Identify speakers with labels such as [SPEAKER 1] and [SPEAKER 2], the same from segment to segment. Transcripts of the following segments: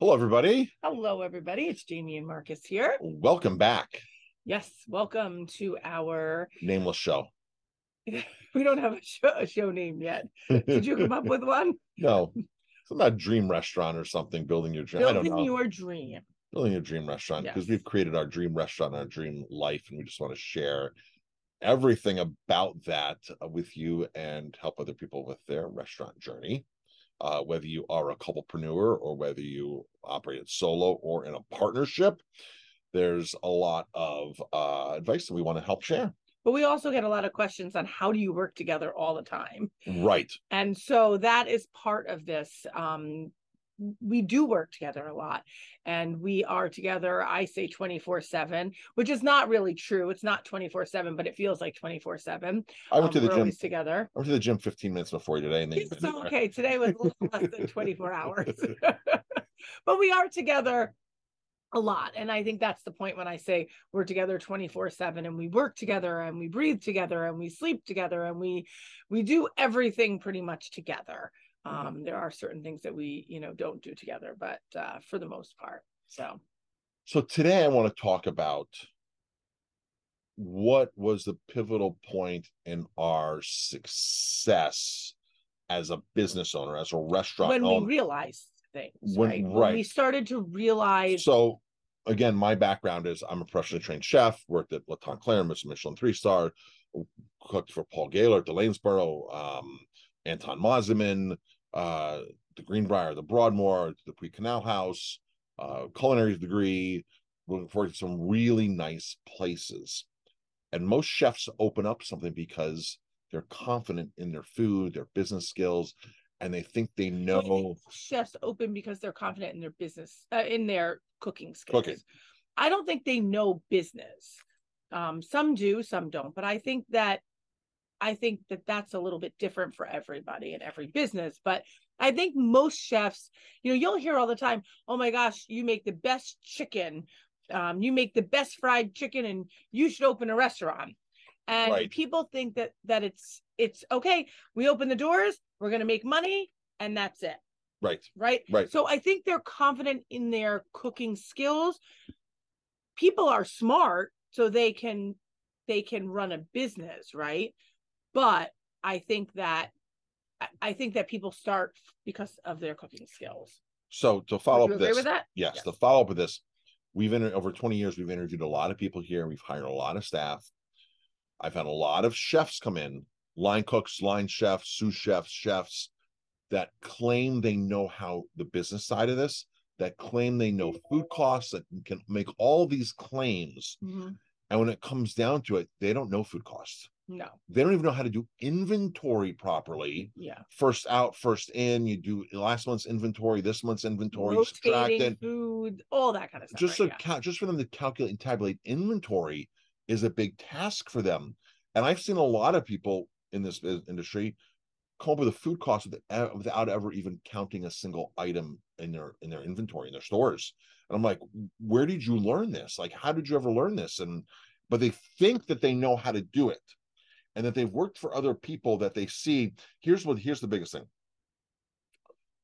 [SPEAKER 1] Hello, everybody.
[SPEAKER 2] Hello, everybody. It's Jamie and Marcus here.
[SPEAKER 1] Welcome back.
[SPEAKER 2] Yes, welcome to our.
[SPEAKER 1] Nameless show.
[SPEAKER 2] We don't have a show, a show name yet. Did you come up with one?
[SPEAKER 1] no, it's not dream restaurant or something. Building your dream. I don't
[SPEAKER 2] Building
[SPEAKER 1] know.
[SPEAKER 2] your dream.
[SPEAKER 1] building your dream restaurant because
[SPEAKER 2] Yes.
[SPEAKER 1] we've created our dream restaurant, our dream life, and we just want to share everything about that uh, with you and help other people with their restaurant journey. Uh, whether you are a couplepreneur or whether you operate it solo or in a partnership, there's a lot of uh, advice that we want to help share.
[SPEAKER 2] But we also get a lot of questions on how do you work together all the time.
[SPEAKER 1] Right.
[SPEAKER 2] And so that is part of this. Um, we do work together a lot and we are together, I say 24 7, which is not really true. It's not 24 7, but it feels like 24 7.
[SPEAKER 1] I went to the
[SPEAKER 2] we're
[SPEAKER 1] gym.
[SPEAKER 2] always together.
[SPEAKER 1] I went to the gym 15 minutes before you today, and they
[SPEAKER 2] It's so okay. Today was a little less than 24 hours, but we are together a lot. And I think that's the point when I say we're together 24 seven and we work together and we breathe together and we sleep together and we, we do everything pretty much together. Um, there are certain things that we, you know, don't do together, but, uh, for the most part. So
[SPEAKER 1] So today I want to talk about what was the pivotal point in our success as a business owner, as a restaurant
[SPEAKER 2] when we
[SPEAKER 1] owner.
[SPEAKER 2] realize things,
[SPEAKER 1] When-
[SPEAKER 2] right?
[SPEAKER 1] right.
[SPEAKER 2] we started to realize
[SPEAKER 1] so again, my background is I'm a professionally trained chef, worked at Laton Claire, Miss Michelin three star, cooked for Paul Gaylor, Delanesboro, um, Anton Mosman, uh, the Greenbrier, the Broadmoor, the Puy Canal House, uh, culinary degree, looking forward to some really nice places. And most chefs open up something because they're confident in their food, their business skills, and they think they
[SPEAKER 2] So I think
[SPEAKER 1] know.
[SPEAKER 2] chefs open because they're confident in their business uh, in their cooking skills
[SPEAKER 1] Cooking.
[SPEAKER 2] i don't think they know business um, some do some don't but i think that i think that that's a little bit different for everybody in every business but i think most chefs you know you'll hear all the time oh my gosh you make the best chicken um, you make the best fried chicken and you should open a restaurant and
[SPEAKER 1] Right.
[SPEAKER 2] people think that that it's it's okay we open the doors we're going to make money and that's it
[SPEAKER 1] Right,
[SPEAKER 2] right?
[SPEAKER 1] right.
[SPEAKER 2] So I think they're confident in their cooking skills. People are smart, so they can they can run a business, right? But I think that I- I think that people start because of their cooking skills.
[SPEAKER 1] So to
[SPEAKER 2] Would
[SPEAKER 1] follow
[SPEAKER 2] you
[SPEAKER 1] up
[SPEAKER 2] agree
[SPEAKER 1] this,
[SPEAKER 2] with that?
[SPEAKER 1] yes,
[SPEAKER 2] Yeah.
[SPEAKER 1] the follow up with this, we've inter- over 20 years, we've interviewed a lot of people here. We've hired a lot of staff. I've had a lot of chefs come in, line cooks, line chefs, sous chefs, chefs that claim they know how the business side of this, that claim they know food costs, that can make all these claims.
[SPEAKER 2] Mhm.
[SPEAKER 1] And when it comes down to it, they don't know food costs.
[SPEAKER 2] No,
[SPEAKER 1] They don't even know how to do inventory properly.
[SPEAKER 2] yeah.
[SPEAKER 1] First out, first in. You do last month's inventory, this month's inventory, subtract
[SPEAKER 2] Rotating
[SPEAKER 1] it
[SPEAKER 2] food, all that kind of stuff.
[SPEAKER 1] just
[SPEAKER 2] right?
[SPEAKER 1] so cal- just for them to calculate and tabulate inventory is a big task for them. And I've seen a lot of people in this bus- industry come up with a food cost without, without ever even counting a single item in their in their inventory in their stores. And I'm like, where did you learn this? Like, how did you ever learn this? And but they think that they know how to do it, and that they've worked for other people that they see. Here's what here's the biggest thing.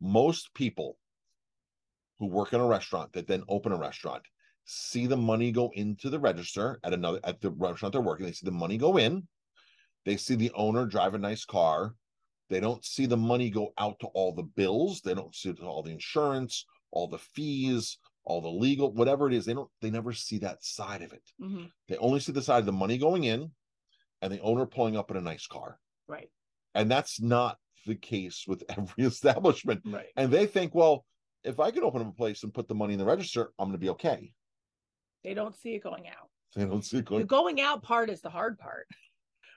[SPEAKER 1] Most people who work in a restaurant that then open a restaurant see the money go into the register at another at the restaurant they're working they see the money go in they see the owner drive a nice car they don't see the money go out to all the bills they don't see all the insurance all the fees all the legal whatever it is they don't they never see that side of it
[SPEAKER 2] Yeah. Mhm.
[SPEAKER 1] they only see the side of the money going in and the owner pulling up in a nice car
[SPEAKER 2] Right.
[SPEAKER 1] and that's not the case with every establishment
[SPEAKER 2] Right.
[SPEAKER 1] and they think, well, if I could open up a place and put the money in the register, I'm going to be okay.
[SPEAKER 2] They don't see it going out.
[SPEAKER 1] They don't see it
[SPEAKER 2] The
[SPEAKER 1] going.
[SPEAKER 2] going out part is the hard part.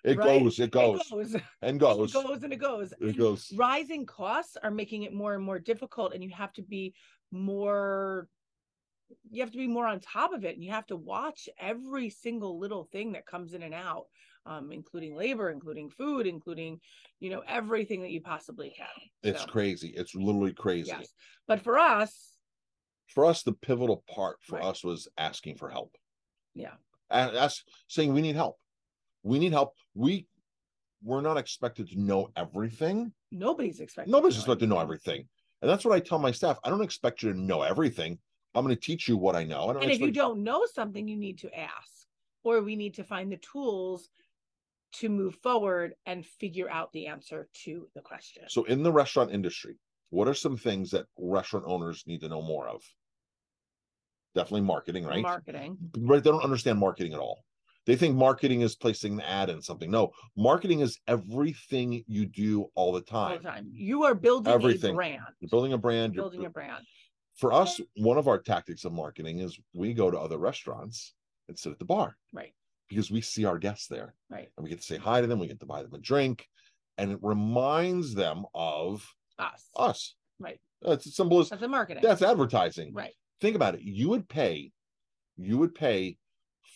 [SPEAKER 1] It
[SPEAKER 2] right?
[SPEAKER 1] goes, it
[SPEAKER 2] It
[SPEAKER 1] goes,
[SPEAKER 2] goes.
[SPEAKER 1] and
[SPEAKER 2] It
[SPEAKER 1] goes,
[SPEAKER 2] goes and it goes.
[SPEAKER 1] it goes.
[SPEAKER 2] rising costs are making it more and more difficult and you have to be more you have to be more on top of it and you have to watch every single little thing that comes in and out um, including labor including food including you know everything that you possibly can
[SPEAKER 1] It's
[SPEAKER 2] So,
[SPEAKER 1] crazy. It's literally crazy.
[SPEAKER 2] yes but for us
[SPEAKER 1] For us, the pivotal part for
[SPEAKER 2] Right.
[SPEAKER 1] us was asking for help.
[SPEAKER 2] Yeah.
[SPEAKER 1] A- ask, saying we need help. We need help. We we're not expected to know everything.
[SPEAKER 2] nobody's expecting
[SPEAKER 1] Nobody's
[SPEAKER 2] to know
[SPEAKER 1] expected to know
[SPEAKER 2] anything.
[SPEAKER 1] everything. And that's what I tell my staff. I don't expect you to know everything. I'm going to teach you what I know. I
[SPEAKER 2] and if you
[SPEAKER 1] expect-
[SPEAKER 2] don't know something, you need to ask, or we need to find the tools to move forward and figure out the answer to the question.
[SPEAKER 1] So, in the restaurant industry, what are some things that restaurant owners need to know more of? Definitely marketing, right?
[SPEAKER 2] Marketing.
[SPEAKER 1] right they don't understand marketing at all they think marketing is placing an ad in something no marketing is everything you do all the
[SPEAKER 2] All
[SPEAKER 1] time
[SPEAKER 2] the time. You are building
[SPEAKER 1] Everything.
[SPEAKER 2] a brand.
[SPEAKER 1] you're building a brand you're
[SPEAKER 2] Building a brand.
[SPEAKER 1] for us one of our tactics of marketing is we go to other restaurants and sit at the bar
[SPEAKER 2] Right.
[SPEAKER 1] because we see our guests there
[SPEAKER 2] Right.
[SPEAKER 1] and we get to say hi to them we get to buy them a drink and it reminds them of
[SPEAKER 2] Us.
[SPEAKER 1] us
[SPEAKER 2] Right.
[SPEAKER 1] that's as simple as
[SPEAKER 2] That's a marketing.
[SPEAKER 1] that's advertising
[SPEAKER 2] right.
[SPEAKER 1] think about it you would pay you would pay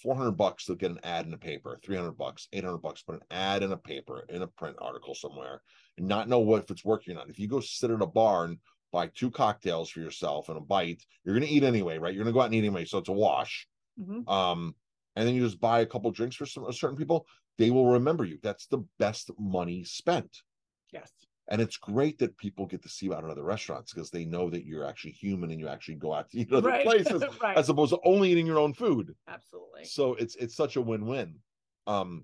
[SPEAKER 1] 400 bucks to get an ad in a paper 300 bucks 800 bucks put an ad in a paper in a print article somewhere and not know what if it's working or not if you go sit at a bar and buy two cocktails for yourself and a bite you're going to eat anyway right you're going to go out and eat anyway so it's a wash
[SPEAKER 2] Mhm.
[SPEAKER 1] um and then you just buy a couple drinks for some certain people they will remember you that's the best money spent
[SPEAKER 2] Yes.
[SPEAKER 1] and it's great that people get to see you out at other restaurants because they know that you're actually human and you actually go out to eat other
[SPEAKER 2] right.
[SPEAKER 1] places
[SPEAKER 2] right.
[SPEAKER 1] as opposed to only eating your own food.
[SPEAKER 2] Absolutely.
[SPEAKER 1] So it's it's such a win-win. Um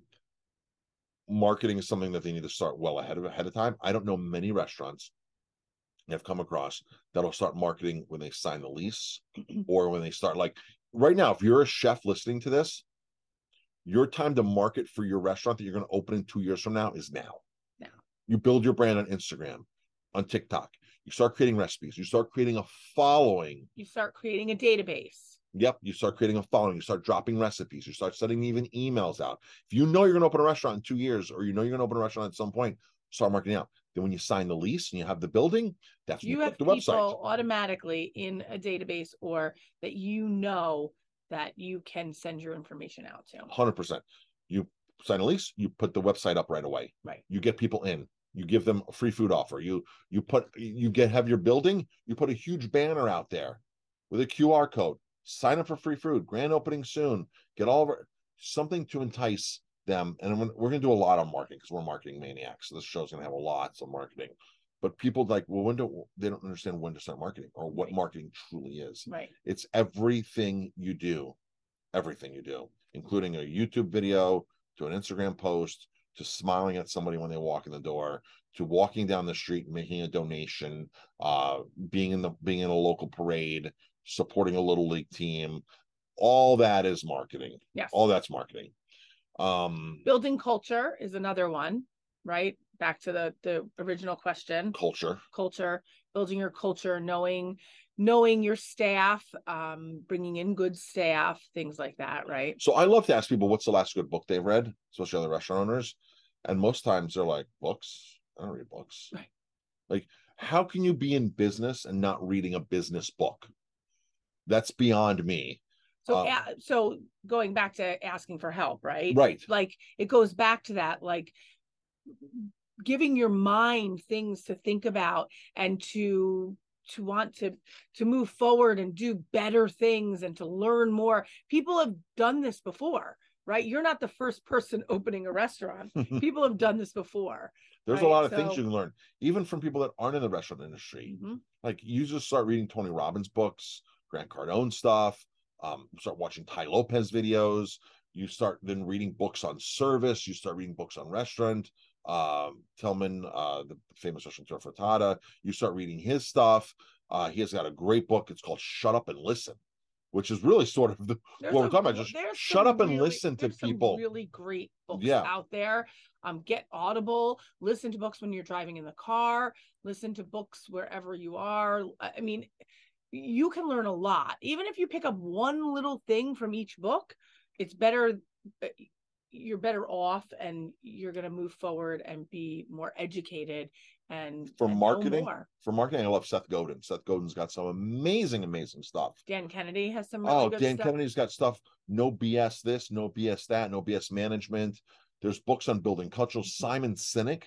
[SPEAKER 1] marketing is something that they need to start well ahead of ahead of time. I don't know many restaurants I've come across that'll start marketing when they sign the lease or when they start like right now, if you're a chef listening to this, your time to market for your restaurant that you're going to open in two years from now is now.
[SPEAKER 2] Now.
[SPEAKER 1] You build your brand on Instagram, on TikTok. You start creating recipes. You start creating a following
[SPEAKER 2] You start creating a database.
[SPEAKER 1] Yep, you start creating a following, you start dropping recipes, you start sending even emails out. If you know you're going to open a restaurant in two years, or you know you're going to open a restaurant at some point, start marketing out. Then when you sign the lease and you have the building, that's when
[SPEAKER 2] you
[SPEAKER 1] put
[SPEAKER 2] have
[SPEAKER 1] the
[SPEAKER 2] people
[SPEAKER 1] website.
[SPEAKER 2] automatically in a database or that you know that you can send your information out to.
[SPEAKER 1] Hundred percent. You sign a lease, you put the website up right away.
[SPEAKER 2] Right.
[SPEAKER 1] You get people in. You give them a free food offer. You you put you get have your building. You put a huge banner out there with a QR code. Sign up for free food. Grand opening soon. Get all of our, something to entice them. And we're, we're going to do a lot on marketing because we're marketing maniacs. So this show's going to have a lot of marketing. But people like, well, when do they don't understand when to start marketing or what
[SPEAKER 2] Right.
[SPEAKER 1] marketing truly is?
[SPEAKER 2] Right.
[SPEAKER 1] It's everything you do, everything you do, including a YouTube video to an Instagram post to smiling at somebody when they walk in the door to walking down the street and making a donation, uh, being in the being in a local parade, supporting a little league team. All that is marketing.
[SPEAKER 2] Yes.
[SPEAKER 1] All that's marketing. Um,
[SPEAKER 2] Building culture is another one, right? Back to the the original question.
[SPEAKER 1] culture.
[SPEAKER 2] Culture, building your culture, knowing knowing your staff, um, bringing in good staff, things like that, right?
[SPEAKER 1] So I love to ask people what's the last good book they've read, especially other restaurant owners. And most times they're like, books? I don't read books.
[SPEAKER 2] Right.
[SPEAKER 1] Like, how can you be in business and not reading a business book? That's beyond me.
[SPEAKER 2] So
[SPEAKER 1] Um,
[SPEAKER 2] a- so going back to asking for help, right?
[SPEAKER 1] Right.
[SPEAKER 2] like it goes back to that like giving your mind things to think about and to to want to to move forward and do better things and to learn more people have done this before right you're not the first person opening a restaurant people have done this before
[SPEAKER 1] There's a
[SPEAKER 2] Right,
[SPEAKER 1] lot of things
[SPEAKER 2] so-
[SPEAKER 1] you can learn, even from people that aren't in the restaurant industry.
[SPEAKER 2] Mhm.
[SPEAKER 1] Like you just start reading Tony Robbins books, Grant Cardone stuff, um, start watching Ty Lopez videos, you start then reading books on service, you start reading books on restaurant, um, Tillman, uh, the famous restaurateur Frittata, you start reading his stuff. Uh, he has got a great book. It's called Shut Up and Listen, which is really sort of the Well,
[SPEAKER 2] There's
[SPEAKER 1] we're
[SPEAKER 2] some-
[SPEAKER 1] talking about just
[SPEAKER 2] there's
[SPEAKER 1] shut
[SPEAKER 2] some
[SPEAKER 1] up and
[SPEAKER 2] really-
[SPEAKER 1] listen to
[SPEAKER 2] there's some
[SPEAKER 1] people.
[SPEAKER 2] really great books
[SPEAKER 1] Yeah.
[SPEAKER 2] out there. Um, get Audible, listen to books when you're driving in the car, listen to books wherever you are. I I mean, you can learn a lot. Even if you pick up one little thing from each book, it's better. uh, You're better off, and you're going to move forward and be more educated and
[SPEAKER 1] For
[SPEAKER 2] and know
[SPEAKER 1] marketing?
[SPEAKER 2] more.
[SPEAKER 1] for marketing. I love Seth Godin. Seth Godin's got some amazing, amazing stuff.
[SPEAKER 2] Dan Kennedy has some. Really
[SPEAKER 1] Oh,
[SPEAKER 2] good
[SPEAKER 1] Dan
[SPEAKER 2] stuff.
[SPEAKER 1] Kennedy's got stuff. No BS this, no BS that, no BS management. There's books on building culture.
[SPEAKER 2] Mm-hmm.
[SPEAKER 1] Simon Sinek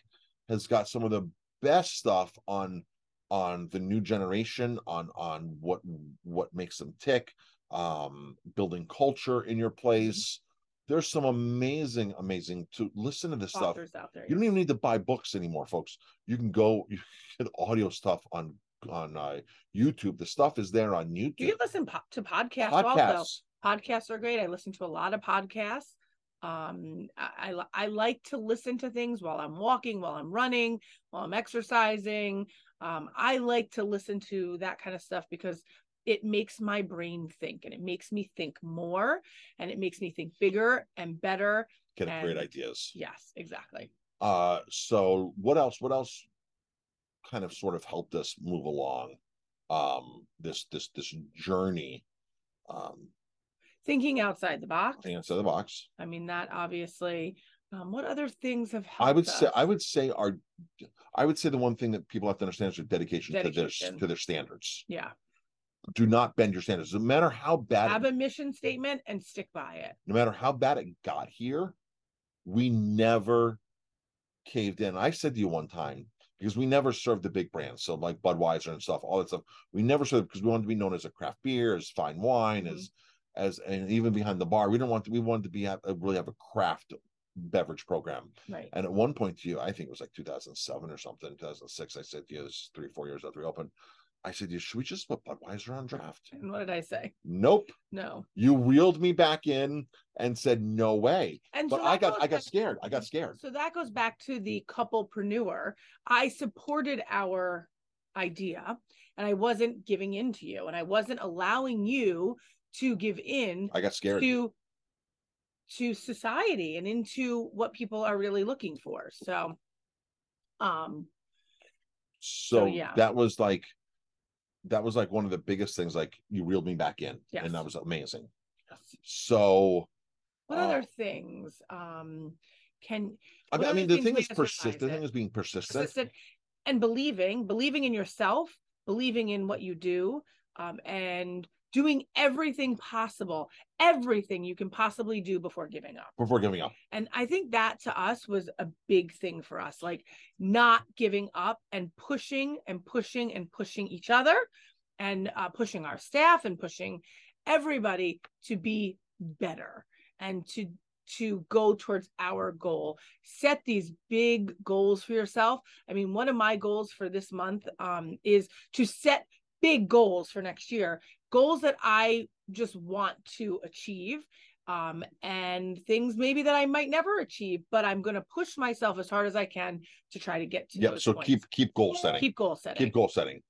[SPEAKER 1] has got some of the best stuff on on the new generation, on on what what makes them tick, um, building culture in your
[SPEAKER 2] Mm-hmm.
[SPEAKER 1] place. There's some amazing, amazing to listen to this stuff.
[SPEAKER 2] authors out there.
[SPEAKER 1] You don't even need to buy books anymore, folks. You can go you can get audio stuff on on uh, YouTube. The stuff is there on YouTube.
[SPEAKER 2] You can listen po- to podcasts, also.
[SPEAKER 1] Podcasts.
[SPEAKER 2] Podcasts are great. I listen to a lot of podcasts. Um, I, I li- I like to listen to things while I'm walking, while I'm running, while I'm exercising. Um, I like to listen to that kind of stuff because it makes my brain think and it makes me think more and it makes me think bigger and better.
[SPEAKER 1] Get a great
[SPEAKER 2] and-
[SPEAKER 1] ideas.
[SPEAKER 2] Yes, exactly.
[SPEAKER 1] Uh, so what else? What else? Kind of sort of helped us move along. Um, this this this journey. Um,
[SPEAKER 2] Thinking outside the box.
[SPEAKER 1] thinking outside the box.
[SPEAKER 2] I mean, that obviously. Um, what other things have helped?
[SPEAKER 1] I would say
[SPEAKER 2] us?
[SPEAKER 1] I would say our I would say the one thing that people have to understand is their dedication, to their
[SPEAKER 2] Dedication.
[SPEAKER 1] to their standards.
[SPEAKER 2] Yeah,
[SPEAKER 1] Do not bend your standards. No matter how bad it
[SPEAKER 2] have a mission statement and stick by it.
[SPEAKER 1] no matter how bad it got here, we never caved in. I said to you one time, because we never served the big brands. So like Budweiser and stuff, all that stuff. We never served because we wanted to be known as a craft beer, as fine wine, as as and even behind the bar. We didn't want to, we wanted to be have, really have a craft beverage program.
[SPEAKER 2] Right.
[SPEAKER 1] And at one point to you, I think it was like 2007 or something, 2006, I said to you, this is three, four years after we opened, I said to you, should we just put Budweiser on draft?
[SPEAKER 2] And what did I say?
[SPEAKER 1] Nope.
[SPEAKER 2] No.
[SPEAKER 1] You reeled me back in and said, no way
[SPEAKER 2] And
[SPEAKER 1] but
[SPEAKER 2] so
[SPEAKER 1] I
[SPEAKER 2] that
[SPEAKER 1] got
[SPEAKER 2] goes
[SPEAKER 1] I got
[SPEAKER 2] back-
[SPEAKER 1] scared. I got scared.
[SPEAKER 2] So that goes back to the couplepreneur. I supported our idea and I wasn't giving in to you and I wasn't allowing you to give in
[SPEAKER 1] I got scared.
[SPEAKER 2] to to society and into what people are really looking for. So um
[SPEAKER 1] so
[SPEAKER 2] yeah.
[SPEAKER 1] that was like that was like one of the biggest things. Like you reeled me back in,
[SPEAKER 2] Yes.
[SPEAKER 1] and that was amazing. So
[SPEAKER 2] what
[SPEAKER 1] Uh,
[SPEAKER 2] other things um can
[SPEAKER 1] I mean, I
[SPEAKER 2] One of the
[SPEAKER 1] mean, the
[SPEAKER 2] things
[SPEAKER 1] thing
[SPEAKER 2] we
[SPEAKER 1] is
[SPEAKER 2] just
[SPEAKER 1] persistent. The
[SPEAKER 2] realized
[SPEAKER 1] thing is being persistent.
[SPEAKER 2] persistent and believing believing in yourself believing in what you do um, and doing everything possible everything you can possibly do before giving up
[SPEAKER 1] Before giving up,
[SPEAKER 2] and i think that to us was a big thing for us like not giving up and pushing and pushing and pushing each other and uh, pushing our staff and pushing everybody to be better and to to go towards our goal set these big goals for yourself i mean one of my goals for this month um, is to set big goals for next year goals that i just want to achieve um, and things maybe that i might never achieve but i'm going to push myself as hard as i can to try to get to
[SPEAKER 1] yeah.
[SPEAKER 2] those
[SPEAKER 1] So
[SPEAKER 2] points.
[SPEAKER 1] keep keep goal setting. Keep,
[SPEAKER 2] keep goal setting
[SPEAKER 1] goal setting.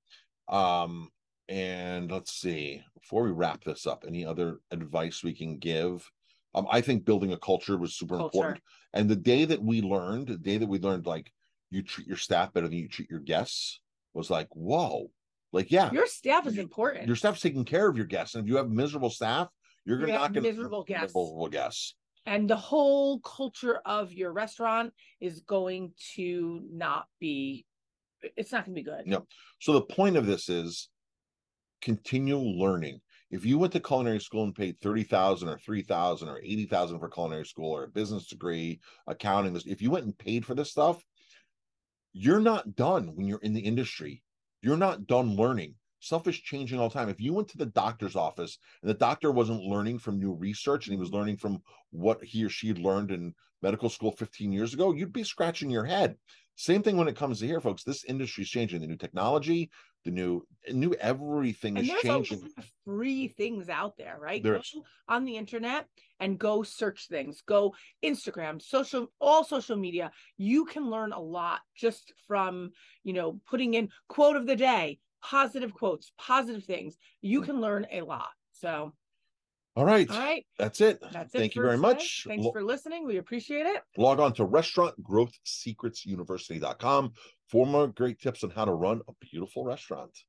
[SPEAKER 1] Um, and let's see. Before we wrap this up, any other advice we can give? Um, I think building a culture was super
[SPEAKER 2] Culture.
[SPEAKER 1] important. And the day that we learned, the day that we learned, like you treat your staff better than you treat your guests, was like, whoa, like yeah,
[SPEAKER 2] your staff is
[SPEAKER 1] Your-
[SPEAKER 2] important
[SPEAKER 1] your staff's taking care of your guests, and if you have miserable staff, you're
[SPEAKER 2] You
[SPEAKER 1] gonna
[SPEAKER 2] have
[SPEAKER 1] not gonna
[SPEAKER 2] miserable guests.
[SPEAKER 1] miserable guests.
[SPEAKER 2] and the whole culture of your restaurant is going to not be it's not going to be good
[SPEAKER 1] No. So the point of this is continue learning. If you went to culinary school and paid thirty thousand or three thousand or eighty thousand for culinary school or a business degree, accounting, this if you went and paid for this stuff, you're not done when you're in the industry. You're not done learning. Stuff is changing all the time. If you went to the doctor's office and the doctor wasn't learning from new research and he was learning from what he or she had learned in medical school 15 years ago, you'd be scratching your head. Same thing when it comes to here, folks. This industry's changing. The new technology, the new new everything
[SPEAKER 2] and
[SPEAKER 1] is
[SPEAKER 2] there's a
[SPEAKER 1] changing.
[SPEAKER 2] lot of free things out there right
[SPEAKER 1] There
[SPEAKER 2] go
[SPEAKER 1] is.
[SPEAKER 2] on the internet and go search things go instagram social all social media you can learn a lot just from you know putting in quote of the day positive quotes positive things you
[SPEAKER 1] Mm.
[SPEAKER 2] can learn a lot so
[SPEAKER 1] All right.
[SPEAKER 2] all right
[SPEAKER 1] That's it.
[SPEAKER 2] that's it
[SPEAKER 1] Thank you
[SPEAKER 2] for
[SPEAKER 1] very
[SPEAKER 2] today.
[SPEAKER 1] much.
[SPEAKER 2] thanks
[SPEAKER 1] Lo-
[SPEAKER 2] for listening we appreciate it
[SPEAKER 1] log on to restaurantgrowthsecretsuniversity.com for more great tips on how to run a beautiful restaurant.